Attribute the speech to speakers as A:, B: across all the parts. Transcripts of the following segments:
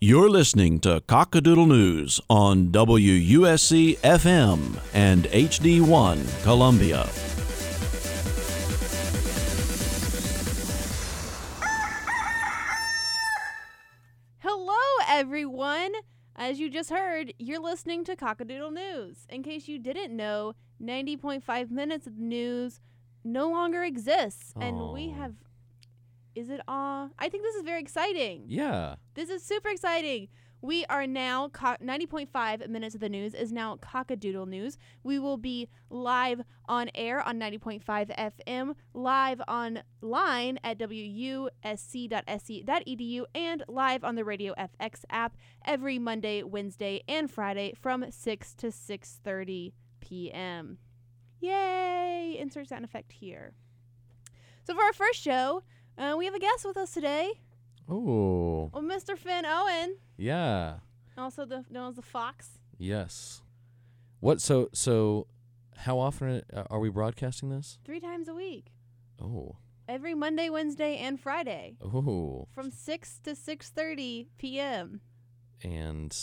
A: You're listening to Cockadoodle News on WUSC FM and HD1 Columbia.
B: Hello, everyone. As you just heard, you're listening to Cockadoodle News. In case you didn't know, 90.5 minutes of news no longer exists, and we
C: Aw.
B: have. Is it all? I think this is very exciting.
C: Yeah.
B: This is super exciting. We are now co- 90.5 minutes of the news is now Cockadoodle News. We will be live on air on 90.5 FM, live online at E wusc.sc.edu, and live on the Radio FX app every Monday, Wednesday, and Friday from 6 to 6:30 p.m. Yay! Insert sound effect here. So for our first show, uh, we have a guest with us today.
C: Oh.
B: Well, Mr. Finn Owen,
C: Yeah.
B: also the, known as the Fox.
C: Yes. What? So so, how often are, are we broadcasting this?
B: Three times a week,
C: Oh.
B: every Monday, Wednesday, and Friday,
C: Oh.
B: from six to six thirty p.m.
C: And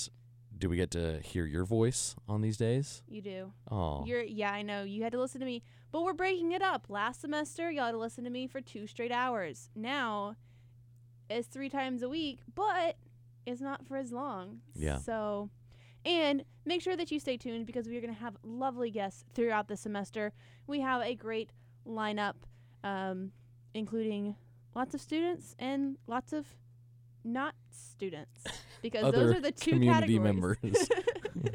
C: do we get to hear your voice on these days?
B: You do.
C: Oh.
B: You're yeah, I know. You had to listen to me, but we're breaking it up. Last semester, y'all had to listen to me for two straight hours. Now, it's three times a week, but it's not for as long.
C: Yeah.
B: So, and make sure that you stay tuned because we are going to have lovely guests throughout the semester. We have a great lineup, um, including lots of students and lots of not students because those
C: Other
B: are the two
C: community
B: categories.
C: members.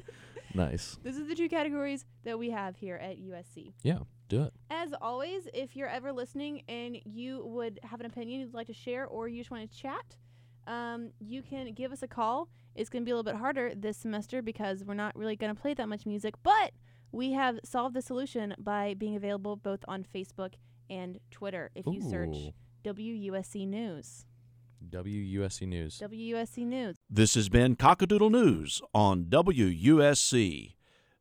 C: Nice.
B: This is the two categories that we have here at USC.
C: Yeah. Do it.
B: As always, if you're ever listening and you would have an opinion you'd like to share or you just want to chat, um, you can give us a call. It's going to be a little bit harder this semester because we're not really going to play that much music, but we have solved the solution by being available both on Facebook and Twitter if you search
C: Ooh.
B: WUSC News.
C: WUSC News.
B: WUSC News.
A: This has been Cockadoodle News on WUSC.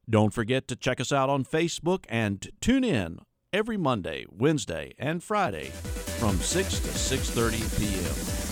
A: Don't forget to check us out on Facebook and tune in every Monday, Wednesday, and Friday from 6 to 6:30 p.m.